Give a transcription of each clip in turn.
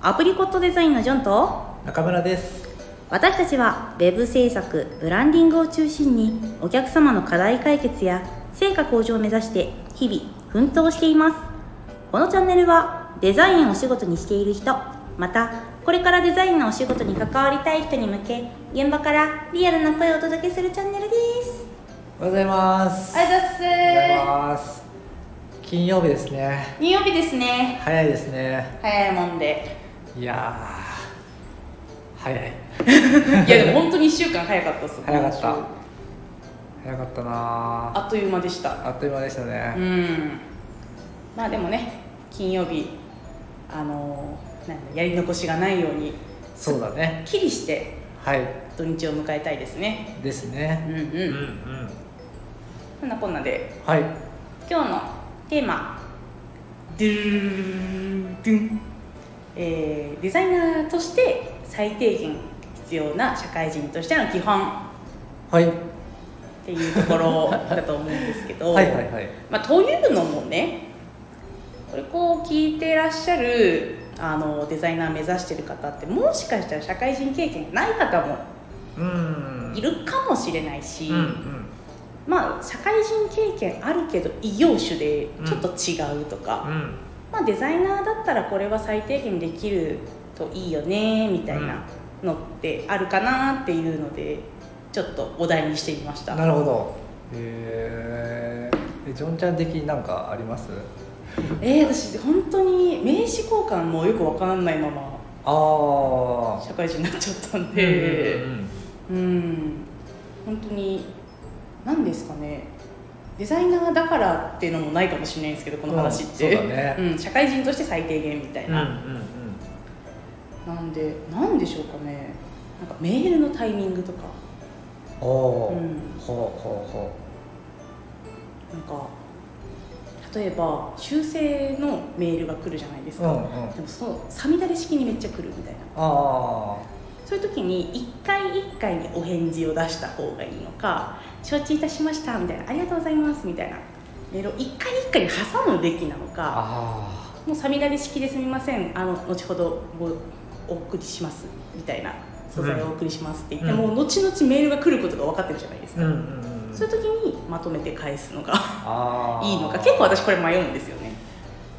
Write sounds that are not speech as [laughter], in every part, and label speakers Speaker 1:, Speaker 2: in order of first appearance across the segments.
Speaker 1: アプリコットデザインのジョンと
Speaker 2: 中村です
Speaker 1: 私たちは Web 制作ブランディングを中心にお客様の課題解決や成果向上を目指して日々奮闘していますこのチャンネルはデザインをお仕事にしている人またこれからデザインのお仕事に関わりたい人に向け現場からリアルな声をお届けするチャンネルです
Speaker 2: おはようございます
Speaker 1: ありがとうございます
Speaker 2: います金曜日ですね
Speaker 1: 金曜日ですね
Speaker 2: 早いですね
Speaker 1: 早いもんで
Speaker 2: いやー早い
Speaker 1: [laughs] いやでも本当に1週間早かったっす
Speaker 2: 早かった早かったなあ
Speaker 1: あっという間でした
Speaker 2: あっという間でした
Speaker 1: う
Speaker 2: ね、
Speaker 1: んまあでもね金曜日あのーなんだやり残しがないように
Speaker 2: そうだね
Speaker 1: きりして
Speaker 2: はい
Speaker 1: 土日を迎えたいですね
Speaker 2: です
Speaker 1: うん
Speaker 2: ね
Speaker 1: う
Speaker 2: うんん
Speaker 1: そんなこんなで
Speaker 2: はい
Speaker 1: 今日のテーマドゥルルルルルルンえーデザイナーとして最低限必要な社会人としての基本っ
Speaker 2: はい
Speaker 1: ていうところだと思うんですけど
Speaker 2: はいはいはい
Speaker 1: まあ、というのもねこれこう聞いてらっしゃるあのデザイナー目指してる方ってもしかしたら社会人経験ない方も
Speaker 2: うん
Speaker 1: いるかもしれないし、
Speaker 2: うんうん
Speaker 1: まあ、社会人経験あるけど異業種でちょっと違うと
Speaker 2: う
Speaker 1: か、
Speaker 2: ん
Speaker 1: まあ、デザイナーだったらこれは最低限できるといいよねみたいなのってあるかなっていうのでちょっとお題にしてみました。
Speaker 2: なるほどえー、えジョンちゃん的になんかあります
Speaker 1: えー、私本当に名刺交換もよくわかんないまま
Speaker 2: ああ
Speaker 1: 社会人になっちゃったんでうん本当に何ですかねデザイナーだからっていうのもないかもしれないんですけどこの話って、
Speaker 2: うんそうだね
Speaker 1: うん社会人として最低限みたい
Speaker 2: うんうん
Speaker 1: な、なんで何でしょうかねなんかメールのタイミングとか
Speaker 2: おお、
Speaker 1: うん
Speaker 2: ほうほうほ
Speaker 1: なんか例えば修正のメールが来るじゃないです
Speaker 2: う、う
Speaker 1: か、
Speaker 2: んうん、あ
Speaker 1: でもそのさみだれ式にめっちゃ来るみたいな
Speaker 2: あ
Speaker 1: そういう時に一回一回にお返事を出した方がいいのか承知いたしましたみたいなありがとうございますみたいなメールを一回一回に挟むべきなのか
Speaker 2: あ
Speaker 1: もうさみだれ式ですみませんあの後ほどおお送りしますみたいな素材をお送りしますって言って、
Speaker 2: うん
Speaker 1: もう後々メールが来ることが分かってるじゃないです
Speaker 2: う
Speaker 1: か、
Speaker 2: んうんうん
Speaker 1: そういう時にまとめて返すのが
Speaker 2: ああ
Speaker 1: いいのか結構私これ迷うんですよね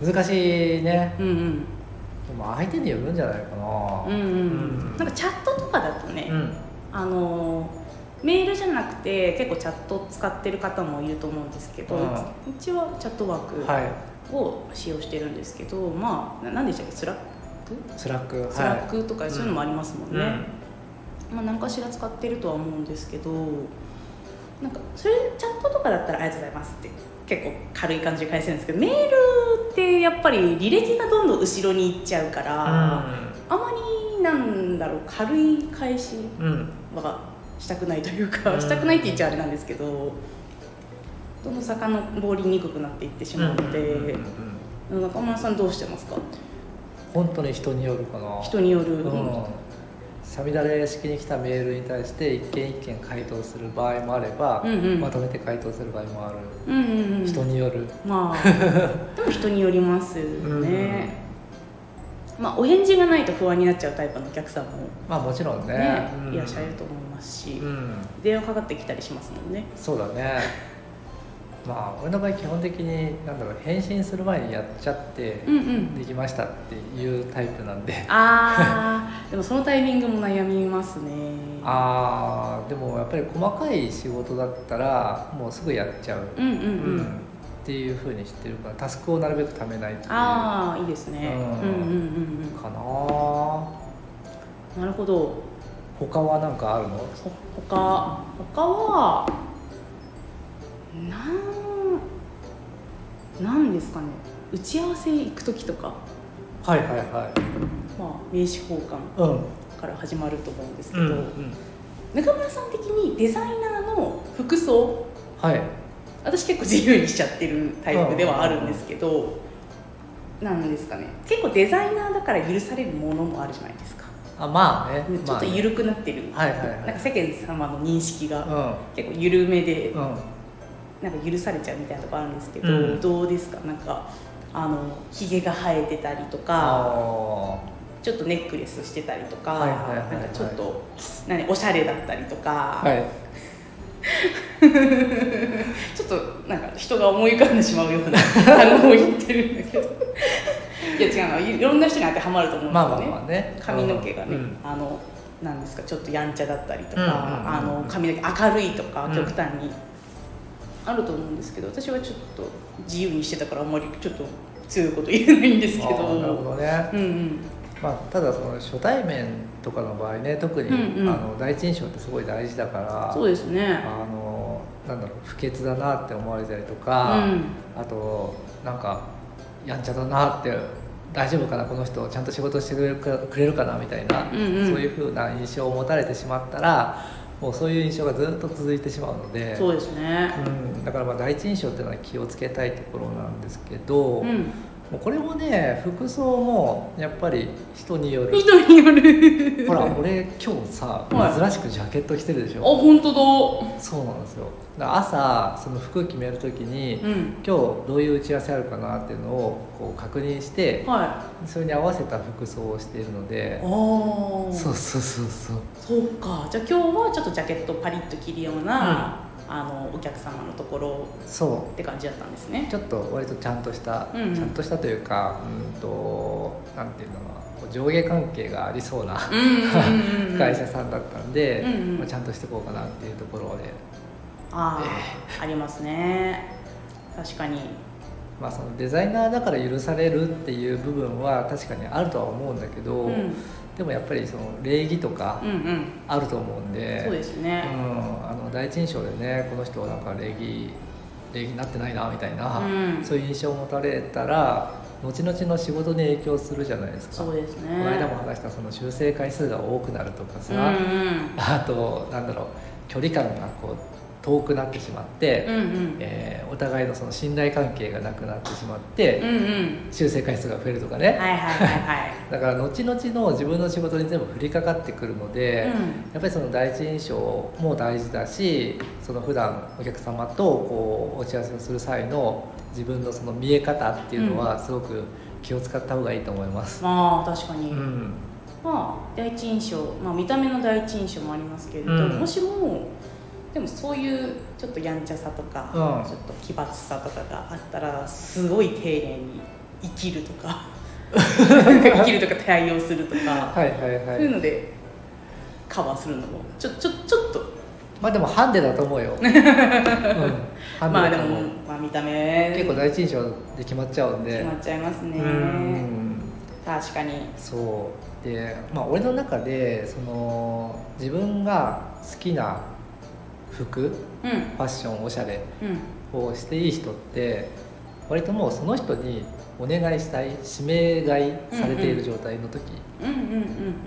Speaker 2: 難しいね
Speaker 1: うん
Speaker 2: でも相手によるんじゃないかな
Speaker 1: うんうんうん、
Speaker 2: うん
Speaker 1: なんかチャットとかだとね、
Speaker 2: うん
Speaker 1: あのメールじゃなくて結構チャットを使ってる方もいると思うんですけど、
Speaker 2: う
Speaker 1: うんちはチャットワー
Speaker 2: は
Speaker 1: クを使用してるんですけど、まあな何でしたっけスラック
Speaker 2: いスラック
Speaker 1: スラッ
Speaker 2: は
Speaker 1: クとかそういうのもありますも
Speaker 2: い
Speaker 1: んね、まあ、何かしら使ってるとは思うんですけどなんかそれチャットとかだったら「ありがとうございます」って結構軽い感じで返せるんですけどメールってやっぱり履歴がどんどん後ろに行っちゃうから、あまりなんだろう軽い返し
Speaker 2: うんうん
Speaker 1: はしたくないというか、
Speaker 2: うん
Speaker 1: したくないって言っちゃあれなんですけどどんどん遡りにくくなっていってしまうので、
Speaker 2: うんうんうんうん
Speaker 1: 中村さんどうしてますか
Speaker 2: 本当に人によるかな
Speaker 1: 人による、
Speaker 2: うんさみだれ式に来たメールに対して一件一件回答する場合もあれば、
Speaker 1: うんうん
Speaker 2: まとめて回答する場合もある、
Speaker 1: うんうんうん
Speaker 2: 人による、
Speaker 1: ま
Speaker 2: [laughs]
Speaker 1: あでも人によりますよね、まあ、お返事がないと不安になっちゃうタイプのお客さんも、
Speaker 2: まあもちろんね
Speaker 1: ね
Speaker 2: うん
Speaker 1: いらっしゃると思いますし、
Speaker 2: うん
Speaker 1: 電話かかってきたりしますもんね
Speaker 2: そうだねまあ俺の場合基本的になんだろう返信する前にやっちゃって、
Speaker 1: うんうん
Speaker 2: できましたっていうタイプなんで
Speaker 1: ああでもそのタイミングも悩みますね
Speaker 2: あーでもやっぱり細かい仕事だったらもうすぐやっちゃう、
Speaker 1: うんうん
Speaker 2: う
Speaker 1: うん、
Speaker 2: んっていうふうにしてるからタスクをなるべく貯めないっていうか
Speaker 1: ああいいですね、
Speaker 2: う
Speaker 1: うんん、うんうん
Speaker 2: なあ
Speaker 1: うんなるほど
Speaker 2: 他は何かあるの
Speaker 1: ほ他他はなんなんですかね打ち合わせ行く時とか、
Speaker 2: はいはいは
Speaker 1: まあ、名刺交換
Speaker 2: いうん
Speaker 1: から始まると思うんですけ
Speaker 2: う
Speaker 1: ど、
Speaker 2: ん、うん、
Speaker 1: 中村さん的にデザイナーの服装
Speaker 2: はい
Speaker 1: 私結構自由にしちゃってるタイプではあるんですけど、なんですかね結構デザイナーだから許されるものもあるじゃないですか
Speaker 2: あまあね
Speaker 1: ちょっと緩くなってる、
Speaker 2: まあねはいはいはい
Speaker 1: なんか世間様の認識が
Speaker 2: ま
Speaker 1: 結構緩めで
Speaker 2: あね
Speaker 1: なんか許されちゃうみたいなとこあるんですけど、
Speaker 2: うん
Speaker 1: どうですかなんかあのひげが生えてたりと
Speaker 2: うん
Speaker 1: か
Speaker 2: あー
Speaker 1: ちょっとネックレスしてたりとか、
Speaker 2: はいはいはいはい
Speaker 1: なんかちょっと何おしゃれだったりとか、
Speaker 2: はい
Speaker 1: ちょっとなんか人が思い浮かんでしまうよ
Speaker 2: [laughs]
Speaker 1: うな単語を言ってるんだけどいや違うのいいろんな人に当てはまると思うんです
Speaker 2: ま
Speaker 1: よ
Speaker 2: あまあ
Speaker 1: ね、
Speaker 2: まあね
Speaker 1: 髪の毛がね、
Speaker 2: うん
Speaker 1: あのなんですかちょっとやんちゃだったりとか、
Speaker 2: うんうんうん
Speaker 1: あの髪の毛明るいとか
Speaker 2: うん
Speaker 1: 極端にあると思うんですけど、私はちょっと自由にしてたからあんまりちょっと強いこと言えないんですけど
Speaker 2: あーなるほどね
Speaker 1: うんうん
Speaker 2: まあ、ただその初対面とかの場合ね特に、
Speaker 1: うんうん
Speaker 2: あの第一印象ってすごい大事だから
Speaker 1: そうですね
Speaker 2: あのなんだろう不潔だなって思われたりとか、
Speaker 1: うん
Speaker 2: あとなんかやんちゃだなって大丈夫かなこの人ちゃんと仕事してくれるかくれるかなみたいな、
Speaker 1: うんうん
Speaker 2: そういうふうな印象を持たれてしまったらもうそういう印象がずっと続いてしまうので
Speaker 1: そうですね
Speaker 2: うん、だからまあ第一印象っていうのは気をつけたいところなんですけど、
Speaker 1: う
Speaker 2: も
Speaker 1: ん
Speaker 2: うこれもね服装もやっぱり人による
Speaker 1: 人による
Speaker 2: ほら
Speaker 1: あ
Speaker 2: 俺今日さ
Speaker 1: はい
Speaker 2: 珍しくジャケット着てるでしょ、
Speaker 1: 本当
Speaker 2: そうなんですよだから朝その服決める時に、
Speaker 1: だうん
Speaker 2: 今日どういう打ち合わせあるかなっていうのをこう確認して
Speaker 1: はい
Speaker 2: それに合わせた服装をしているので
Speaker 1: ああ
Speaker 2: そうそうそうそう
Speaker 1: そうかじゃあ今日はちょっとジャケットパリッと着るような、あのお客様のところ
Speaker 2: そ
Speaker 1: って感じだったんです
Speaker 2: う
Speaker 1: ね
Speaker 2: ちょっと割とちゃんとした、
Speaker 1: うんうん
Speaker 2: ちゃんとしたというかうんとなんていうのかなこう上下関係がありそうな
Speaker 1: うんうんうんうん
Speaker 2: 会社さんだったんで、
Speaker 1: うんうん
Speaker 2: まあ、ちゃんとしていこうかなっていうところで、
Speaker 1: ああありますね確かに
Speaker 2: まあ、そのデザイナーだから許されるっていう部分は確かにあるとは思うんだけど、
Speaker 1: うんうん
Speaker 2: でもやっぱりその礼儀とか
Speaker 1: うん
Speaker 2: あると思うんで、
Speaker 1: そうです
Speaker 2: う
Speaker 1: ね
Speaker 2: ん、あの第一印象でねこの人はなんか礼儀礼儀になってないなみたいな、
Speaker 1: うん
Speaker 2: そういう印象を持たれたら後々の仕事に影響するじゃないですか
Speaker 1: そうですね
Speaker 2: この間も話したその修正回数が多くなるとかさ、
Speaker 1: うん
Speaker 2: あとなんだろう距離感がこう遠くなってしまって、
Speaker 1: うんうん
Speaker 2: えーお互いのその信頼関係がなくなってしまって、
Speaker 1: うんうん
Speaker 2: 修正回数が増えるとか
Speaker 1: は
Speaker 2: ね、
Speaker 1: いはいはい
Speaker 2: だから後々の自分の仕事に全部降りかかってくるので、
Speaker 1: はい、
Speaker 2: やっぱりその第一印象も大事だしその普段お客様とこうお打ち合わせをする際の自分のその見え方っていうのはすごく気を使った方がいいと思いま
Speaker 1: う
Speaker 2: す
Speaker 1: ん、。まあ確かに、
Speaker 2: うん
Speaker 1: まあ、第一印象、まあ、見た目の第一印象もありますけれど、
Speaker 2: うん
Speaker 1: もしもでもそういうちょっとやんちゃさとか、
Speaker 2: うん
Speaker 1: ちょっと奇抜さとかがあったらすごい丁寧に生きると
Speaker 2: [laughs]
Speaker 1: かなんか生きるとか対応するとか、
Speaker 2: はいはい
Speaker 1: そ
Speaker 2: は
Speaker 1: ういう
Speaker 2: い。
Speaker 1: のでカバーするのもちょちょちょっと
Speaker 2: まあでもハンデだと思う
Speaker 1: [laughs]
Speaker 2: よ。うん、ハンデ
Speaker 1: まあ
Speaker 2: だ
Speaker 1: で
Speaker 2: と思
Speaker 1: も
Speaker 2: う。、
Speaker 1: まあ、見た目
Speaker 2: 結構第一印象で決まっちゃうん
Speaker 1: 決
Speaker 2: で。
Speaker 1: まっちゃいます
Speaker 2: う
Speaker 1: ね
Speaker 2: ん。
Speaker 1: 確かに
Speaker 2: そうでまあ俺の中でその自分が好きな服フ
Speaker 1: うん
Speaker 2: ァッションおしゃれ
Speaker 1: うん
Speaker 2: をしていい人って割ともうその人にお願いしたい指名買いされている状態の時、
Speaker 1: うんうんうんう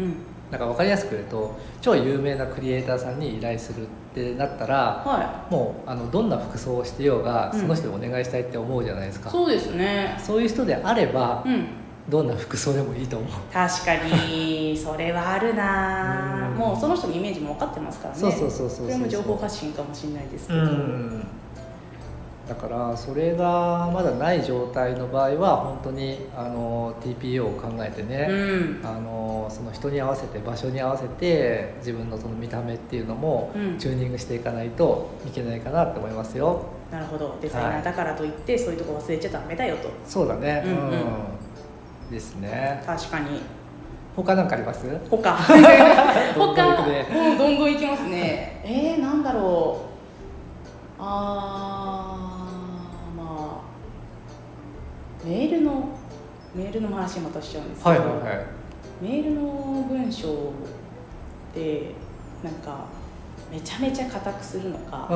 Speaker 1: ん
Speaker 2: なんか分かりやすく言うと超有名なクリエイターさんに依頼するってなったら
Speaker 1: は
Speaker 2: もうあのどんな服装をしてようが
Speaker 1: うん
Speaker 2: その人にお願いしたいって思うじゃないです
Speaker 1: い
Speaker 2: か、
Speaker 1: そうですね
Speaker 2: そういう人であれば
Speaker 1: うん
Speaker 2: どんな服装でもいいと思う、
Speaker 1: 確か [laughs] にそれはあるな
Speaker 2: うん
Speaker 1: もうその人のイメージも分かってますからね
Speaker 2: そうそうそうそうそう
Speaker 1: これも情報発信かもしれないですけ
Speaker 2: う
Speaker 1: ど、
Speaker 2: んだからそれがまだない状態の場合は本当にあの TPO を考えてね、
Speaker 1: うん
Speaker 2: あのその人に合わせて場所に合わせて自分のその見た目っていうのも
Speaker 1: うん
Speaker 2: チューニングしていかないといけないかなと思いますよ、
Speaker 1: なるほどデザイナーだからといって、そういうとこ忘れちゃダメだよと
Speaker 2: そうだね
Speaker 1: うんうん
Speaker 2: ですね
Speaker 1: 確かに
Speaker 2: 他何かあります
Speaker 1: [laughs] 他
Speaker 2: どんどん行くね
Speaker 1: 他もうどんどんいきますねえー、なんだろうあーまあメールのメールの話またしちゃうんですけど、
Speaker 2: はいはいはい
Speaker 1: メールの文章でなんかめちゃめちゃ硬くするの
Speaker 2: う
Speaker 1: か、
Speaker 2: ん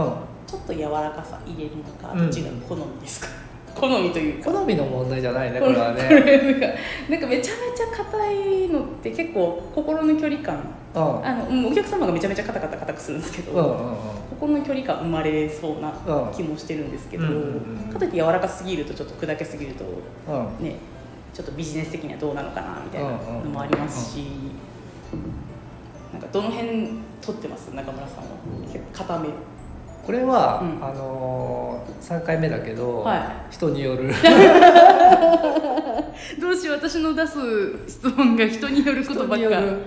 Speaker 1: ちょっと柔らかさ入れるのか
Speaker 2: うん
Speaker 1: どっちが好みですか、 [laughs] 好みというか [laughs]
Speaker 2: 好みの問題じゃないねこれは
Speaker 1: こ
Speaker 2: ね
Speaker 1: れなんかなんかめちゃめちゃ硬いのって結構心の距離感
Speaker 2: うん
Speaker 1: あのうんお客様がめちゃめちゃカタカタ硬くするんですけど、
Speaker 2: うんうん
Speaker 1: 心の距離感生まれそうな
Speaker 2: うん
Speaker 1: 気もしてるんですけど、
Speaker 2: うんうんうん
Speaker 1: かといって柔らかすぎるとちょっと砕けすぎると
Speaker 2: うんうん
Speaker 1: ねちょっとビジネス的にはどうなのかなみたいなのもありますし、なんかどの辺取ってます中村さんは結構固め
Speaker 2: これは、
Speaker 1: うん
Speaker 2: あのー、3回目だけど、
Speaker 1: は
Speaker 2: 人による
Speaker 1: どうしよう私の出す質問が人によることばっか
Speaker 2: うん、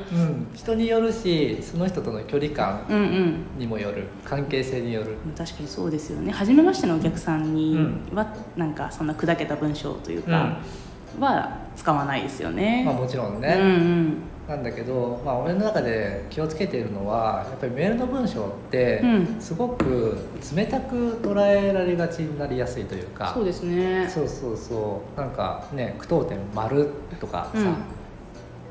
Speaker 2: 人によるしその人との距離感
Speaker 1: うんうん
Speaker 2: にもよる関係性による
Speaker 1: 確かにそうですよね初めましてのお客さんに
Speaker 2: うん
Speaker 1: は、なんかそんな砕けた文章というか、は使わないですよね、
Speaker 2: まあもちろん
Speaker 1: う
Speaker 2: ね、
Speaker 1: ん
Speaker 2: なんだけど、まあ、俺の中で気をつけているのはやっぱりメールの文章って、
Speaker 1: うん
Speaker 2: すごく冷たく捉えられがちになりやすいという
Speaker 1: うん
Speaker 2: か
Speaker 1: そうですね
Speaker 2: そうそうそうなんかね句読点「丸とかさ、
Speaker 1: うん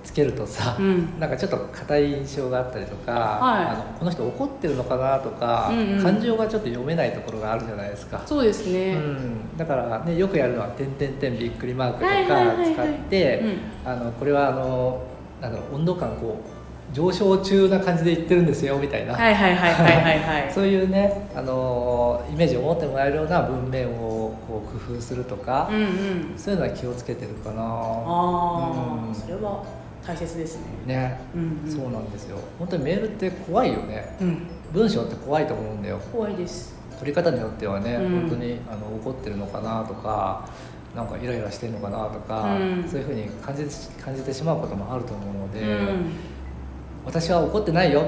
Speaker 2: つけるとさ、
Speaker 1: うん
Speaker 2: なんかちょっと硬い印象があったりとか、
Speaker 1: はい
Speaker 2: あのこの人怒ってるのかなとか、
Speaker 1: うんうん
Speaker 2: 感情がちょっと読めないところがあるじゃないですか。
Speaker 1: そうです
Speaker 2: う
Speaker 1: ね、
Speaker 2: ん、だから、ね、よくやるのは「点点点びっくりマーク」とか
Speaker 1: はいはいはいはい
Speaker 2: 使ってあのこれはあのなんだろう温度感こう上昇中な感じで言ってるんですよみたいな、
Speaker 1: はいはいはいはいはいはい
Speaker 2: そういうね、あのーイメージを持ってもらえるような文面をこう工夫するとか、
Speaker 1: うんうん
Speaker 2: そういうのは気をつけてるかな。
Speaker 1: ああ、
Speaker 2: うん
Speaker 1: それは大切ですね
Speaker 2: ね、
Speaker 1: うんうん
Speaker 2: そうなんですよ。本当にメールって怖いよね。
Speaker 1: うん
Speaker 2: 文章って怖いと思うんだよ。
Speaker 1: 怖いです
Speaker 2: 取り方によってはね、
Speaker 1: うん
Speaker 2: 本当にあの怒ってるのかなとか。なんかイライラしてるのかなとか、
Speaker 1: うん
Speaker 2: そういうふうに感じてし感じてしまうこともあると思うので、
Speaker 1: うん
Speaker 2: 私は怒ってないよ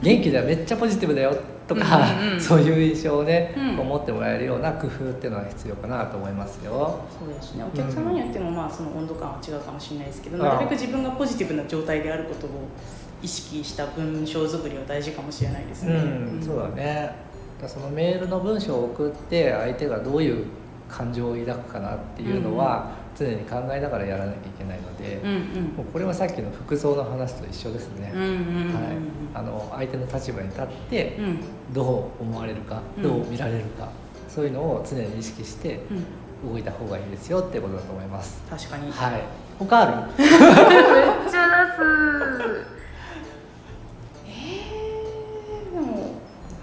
Speaker 2: 元気だよめっちゃポジティブだよとか、
Speaker 1: うんうんうん
Speaker 2: [laughs] そういう印象をね、
Speaker 1: うん
Speaker 2: こう持ってもらえるような工夫っていうのは必要かなと思いますよ。
Speaker 1: そうですね、お客様によってもまあその温度感は違うかもしれないですけど、
Speaker 2: うん
Speaker 1: なるべく自分がポジティブな状態であることを意識した文章作りは大事かもしれないです
Speaker 2: う
Speaker 1: ね。
Speaker 2: ん、そうだね。だからそのメールの文章を送って相手がどういう感情を抱くかなっていうのは常に考えながらやらなきゃいけないので、
Speaker 1: うんうん
Speaker 2: もうこれはさっきの服装の話と一緒ですね。
Speaker 1: うんうんうんうん
Speaker 2: はい、あの相手の立場に立って
Speaker 1: うん
Speaker 2: どう思われるか、
Speaker 1: うん
Speaker 2: どう見られるか、そういうのを常に意識して
Speaker 1: うん
Speaker 2: 動いた方がいいですよってことだと思います。
Speaker 1: 確かに。
Speaker 2: はい。他ある？
Speaker 1: めっちゃ出す。えー、でも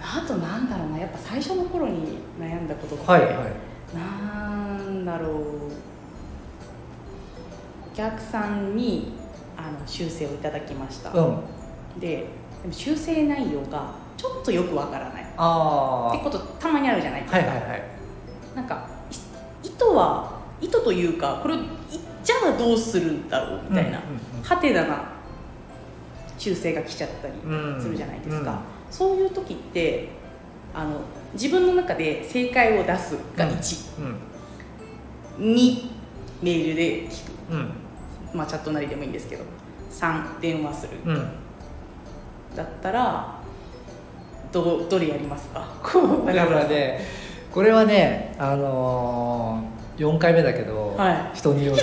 Speaker 1: あとなんだろうな、やっぱ最初の頃に悩んだことって、なんだろうお客さんにあの修正をいただきました、
Speaker 2: うん。
Speaker 1: ででも修正内容がちょっとよくわからないって
Speaker 2: ああー。
Speaker 1: ことたまにあるじゃないですか、
Speaker 2: はいはいはい。
Speaker 1: なんかい意図は意図というかこれをいじゃあどうするんだろうみたいな、
Speaker 2: うんうんうん
Speaker 1: ハテナな修正が来ちゃったり
Speaker 2: うん
Speaker 1: するじゃないですか、
Speaker 2: うん
Speaker 1: そういう時ってあの自分の中で正解を出すが1、
Speaker 2: うん
Speaker 1: 2メールで聞く
Speaker 2: うん
Speaker 1: まあ、チャットなりでもいいんですけど3電話する、
Speaker 2: うん。
Speaker 1: だったらどどれやりますかこう
Speaker 2: だからね、これはね、あのー、4回目だけど、
Speaker 1: は
Speaker 2: 人による。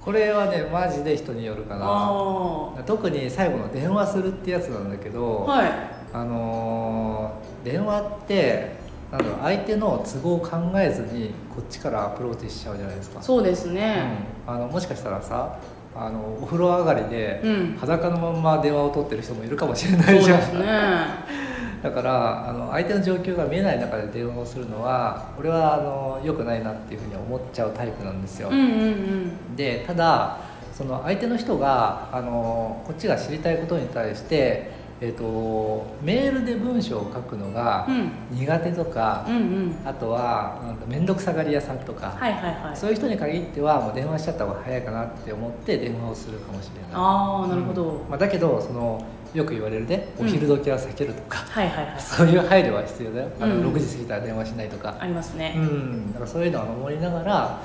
Speaker 2: これはね、マジで人によるかな。
Speaker 1: あ
Speaker 2: 特に最後の電話するってやつなんだけど、
Speaker 1: あはい
Speaker 2: あのー電話ってなんだろう相手の都合を考えずにこっちからアプローチしちゃうじゃないですか
Speaker 1: そうですね
Speaker 2: うんあのもしかしたらさあのお風呂上がりで、
Speaker 1: うん
Speaker 2: 裸のまま電話を取ってる人もいるかもしれ
Speaker 1: そ
Speaker 2: な
Speaker 1: う
Speaker 2: い
Speaker 1: で
Speaker 2: じゃん
Speaker 1: すね [laughs]
Speaker 2: だからあの相手の状況が見えない中で電話をするのは俺はあの良くないなっていうふうに思っちゃうタイプなんですよ、
Speaker 1: うんうん
Speaker 2: でただその相手の人があのこっちが知りたいことに対して、えっとメールで文章を書くのが
Speaker 1: うんうん
Speaker 2: 苦手とか
Speaker 1: う、んうん
Speaker 2: あとはなんか面倒くさがり屋さんとか、
Speaker 1: はいはいはい
Speaker 2: そういう人に限ってはもう電話しちゃった方が早いかなって思って電話をするかもしれない
Speaker 1: ああなるほど、
Speaker 2: うんまあ、だけどそのよく言われるねお昼時は避けるとか、
Speaker 1: はいはいはい
Speaker 2: そういう配慮は必要だよ、あ
Speaker 1: うん
Speaker 2: の6時過ぎたら電話しないとか、
Speaker 1: あります
Speaker 2: う
Speaker 1: ね
Speaker 2: ん、だからそういうのは守りながら、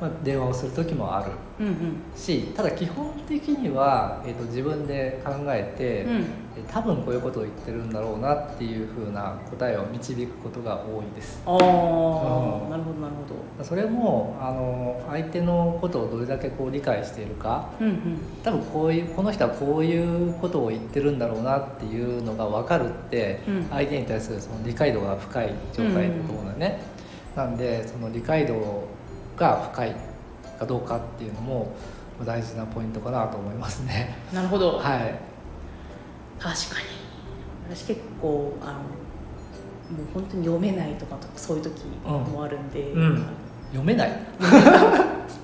Speaker 2: まあ、電話をする時もある
Speaker 1: うんうん
Speaker 2: しただ基本的には、えー、と自分で考えて、
Speaker 1: うん
Speaker 2: え多分こういうことを言ってるんだろうなっていうふうな答えを導くことが多いです
Speaker 1: ああ
Speaker 2: うん
Speaker 1: なるほどなるほど
Speaker 2: それもあの相手のことをどれだけこう理解しているか
Speaker 1: うんうん
Speaker 2: 多分こういうこの人はこういうことを言ってるんだろうなっていうのが分かるって、
Speaker 1: うん
Speaker 2: 相手に対するその理解度が深い状態だと思うんだよね、なんでその理解度が深いかどうかっていうのも大事なポイントかなと思いますね
Speaker 1: なるほど
Speaker 2: はい
Speaker 1: 確かに私結構あのもう本当に読めないとかとかそういう時もあるんで、
Speaker 2: うん読めない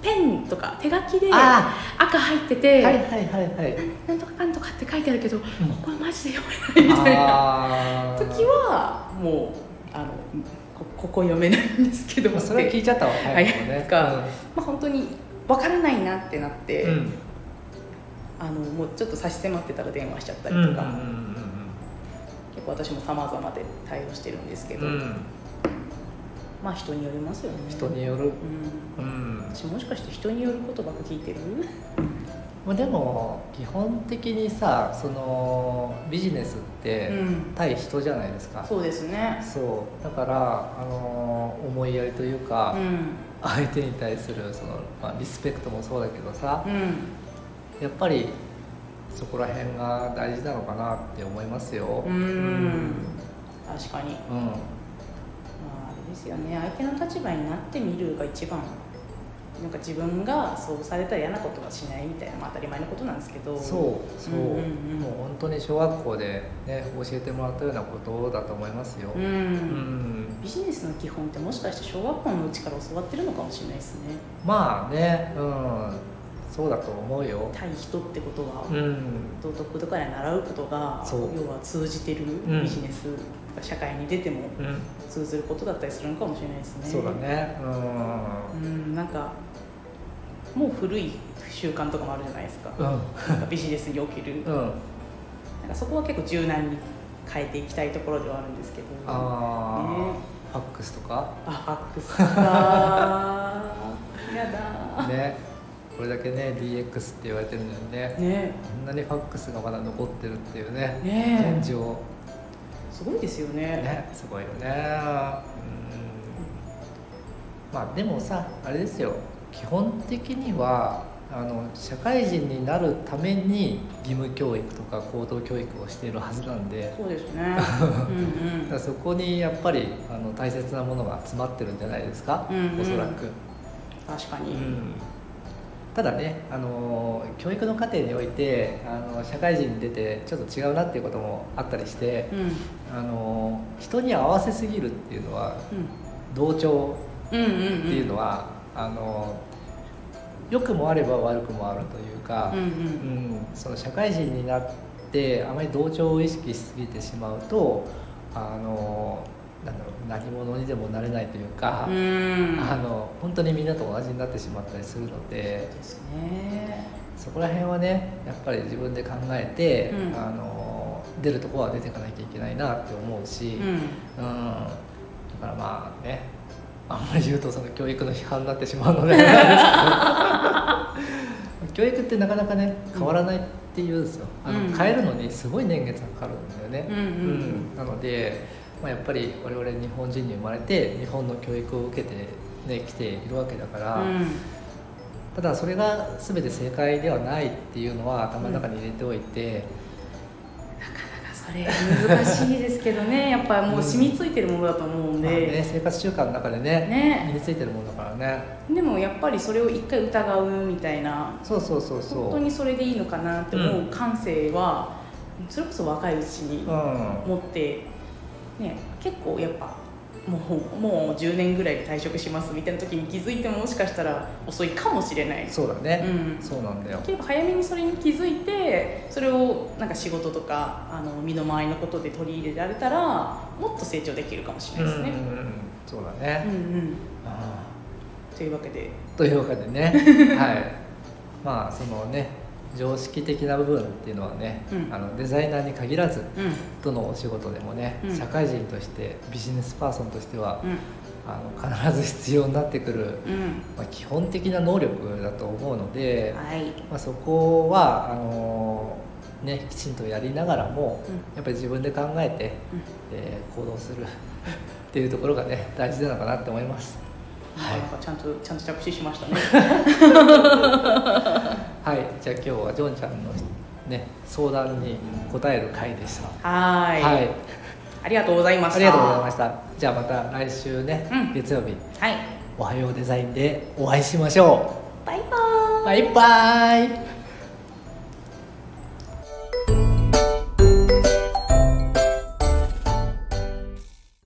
Speaker 1: ペンとか手書きで赤
Speaker 2: あ
Speaker 1: 入って
Speaker 2: あ
Speaker 1: て、
Speaker 2: はいはいはいはい
Speaker 1: なんとかかんとかって書いてあるけど、ここはマジで読めないみたいな
Speaker 2: あー
Speaker 1: 時はもうあのこここ読めないんですけど
Speaker 2: まあそれは聞いちゃったわ
Speaker 1: は
Speaker 2: はいいもうね
Speaker 1: かまあ本当に分からないなってなって、
Speaker 2: うんうん
Speaker 1: あのもうちょっと差し迫ってたら電話しちゃった
Speaker 2: うんうん
Speaker 1: りとか、
Speaker 2: う
Speaker 1: 結構私も様々で対応してるんですけど、
Speaker 2: んうんうん
Speaker 1: まあ人によりますよね
Speaker 2: 人による
Speaker 1: うん
Speaker 2: うん
Speaker 1: 私もしかして人によることばっか聞いてる
Speaker 2: まあでも基本的にさそのビジネスって
Speaker 1: うん
Speaker 2: 対人じゃないですか、
Speaker 1: そうですね
Speaker 2: そうだからあのー思いやりという
Speaker 1: う
Speaker 2: か、
Speaker 1: ん
Speaker 2: 相手に対するその、まあ、リスペクトもそうだけどさ
Speaker 1: う、ん
Speaker 2: やっぱりそこら辺が大事なのかなって思いますよ
Speaker 1: うん確かに、
Speaker 2: うん
Speaker 1: まあ、あれですよね相手の立場になってみるが一番なんか自分がそうされたら嫌なことはしないみたいな、まあ、当たり前のことなんですけど
Speaker 2: そうそう,、
Speaker 1: うんうんうん
Speaker 2: もう本当に小学校でね教えてもらったようなことだと思いますよ、
Speaker 1: うん、
Speaker 2: うん
Speaker 1: ビジネスの基本ってもしかして小学校のうちから教わってるのかもしれないですね
Speaker 2: まあねうんそうだと思うよ
Speaker 1: 対人ってことは、
Speaker 2: うん
Speaker 1: 道徳とかで習うことが
Speaker 2: そう
Speaker 1: 要は通じてる
Speaker 2: ん
Speaker 1: ビジネス、社会に出ても
Speaker 2: うん
Speaker 1: 通ずることだったりするのかもしれないですね
Speaker 2: そうだねうん
Speaker 1: うんなんかもう古い習慣とかもあるじゃないですか
Speaker 2: うん
Speaker 1: なんかビジネスにおける
Speaker 2: うん
Speaker 1: なんかそこは結構柔軟に変えていきたいところではあるんですけど
Speaker 2: あー、
Speaker 1: ね
Speaker 2: ファックスとか
Speaker 1: あファックス
Speaker 2: [laughs]
Speaker 1: かやだ
Speaker 2: ねこれだけね DX って言われてるのにね
Speaker 1: ね
Speaker 2: こんなにファックスがまだ残ってるっていうね
Speaker 1: ねえ
Speaker 2: 現状
Speaker 1: すごいですよね
Speaker 2: ねすごいよねうんまあでもさあれですよ基本的にはあの社会人になるために義務教育とか行動教育をしているはずなんで
Speaker 1: そうです
Speaker 2: [laughs]
Speaker 1: ね
Speaker 2: だからそこにやっぱりあの大切なものが詰まってるんじゃないですか、
Speaker 1: うんうん
Speaker 2: おそらく、
Speaker 1: 確か
Speaker 2: う
Speaker 1: に、
Speaker 2: ん、ただねあの教育の過程においてあの社会人に出てちょっと違うなっていうこともあったりして
Speaker 1: うん
Speaker 2: あの人に合わせすぎるっていうのは同調
Speaker 1: うんうんうんうん
Speaker 2: っていうのは、あの良くもあれば悪くもあるというか、
Speaker 1: うんうん
Speaker 2: うんその社会人になってあまり同調を意識しすぎてしまうとあのなんだろう何者にでもなれないというか、
Speaker 1: うん
Speaker 2: あの本当にみんなと同じになってしまったりするので
Speaker 1: ですね
Speaker 2: そこら辺はねやっぱり自分で考えて、
Speaker 1: うん
Speaker 2: あの出るところは出ていかなきゃいけないなって思うし、
Speaker 1: うん
Speaker 2: うん、だからまあねあんまり言うとその教育の批判になってしま
Speaker 1: [laughs]
Speaker 2: うのであれですけど教育ってなかなかね変わらないっていうんですよ、あ
Speaker 1: うん
Speaker 2: の変えるのにすごい年月がかかるんだよね、
Speaker 1: うんうん
Speaker 2: うんなので、まあ、やっぱり我々日本人に生まれて日本の教育を受けて、ね、来ているわけだから、
Speaker 1: うん
Speaker 2: ただそれが全て正解ではないっていうのは頭の中に入れておいて、
Speaker 1: それ難しいですけどね [laughs] やっぱもう染みついてるものだと思うんで、
Speaker 2: まあね、生活習慣の中でね身
Speaker 1: ね
Speaker 2: についてるものだからね
Speaker 1: でもやっぱりそれを一回疑うみたいな
Speaker 2: そうそうそうそう
Speaker 1: 本当にそれでいいのかなって思う感性は、それこそ若いうちに
Speaker 2: う
Speaker 1: 持って、ね、結構やっぱもうもう10年ぐらいで退職しますみたいな時に気づいてももしかしたら遅いかもしれない
Speaker 2: ん、そうだね、
Speaker 1: うん
Speaker 2: そうなんだよ
Speaker 1: でも早めにそれに気づいてそれをなんか仕事とかあの身の回りのことで取り入れられたらもっと成長できるかもしれないです
Speaker 2: うん
Speaker 1: ね。
Speaker 2: うんうんそうだ
Speaker 1: うんう
Speaker 2: ね、
Speaker 1: ん、
Speaker 2: あ
Speaker 1: というわけで、
Speaker 2: ーというわけでね
Speaker 1: [laughs]
Speaker 2: はいまあそのね常識的な部分っていうのはね、
Speaker 1: うん
Speaker 2: あのデザイナーに限らず
Speaker 1: うん
Speaker 2: どのお仕事でもね、
Speaker 1: うん
Speaker 2: 社会人としてビジネスパーソンとしては、
Speaker 1: うん
Speaker 2: あの必ず必要になってくる、
Speaker 1: う
Speaker 2: まあ、基本的な能力だと思うので、
Speaker 1: ん、はい、
Speaker 2: まあ、そこはあのーねきちんとやりながらも、
Speaker 1: うん
Speaker 2: やっぱり自分で考えて、
Speaker 1: うん
Speaker 2: えー行動する [laughs] っていうところがね大事なのかなって思いますはい
Speaker 1: なんかちゃんとちゃんと着手しま
Speaker 2: [laughs]
Speaker 1: したね。
Speaker 2: はいじゃあ今日はジョンちゃんのね相談に答える回でした
Speaker 1: はーい
Speaker 2: はい
Speaker 1: ありがとうございました。
Speaker 2: ありがとうございましたじゃあまた来週ね、
Speaker 1: うん
Speaker 2: 月曜日
Speaker 1: はい、
Speaker 2: 「おはようデザイン」でお会いしましょ
Speaker 1: バイバーイ。
Speaker 2: うバイバーイ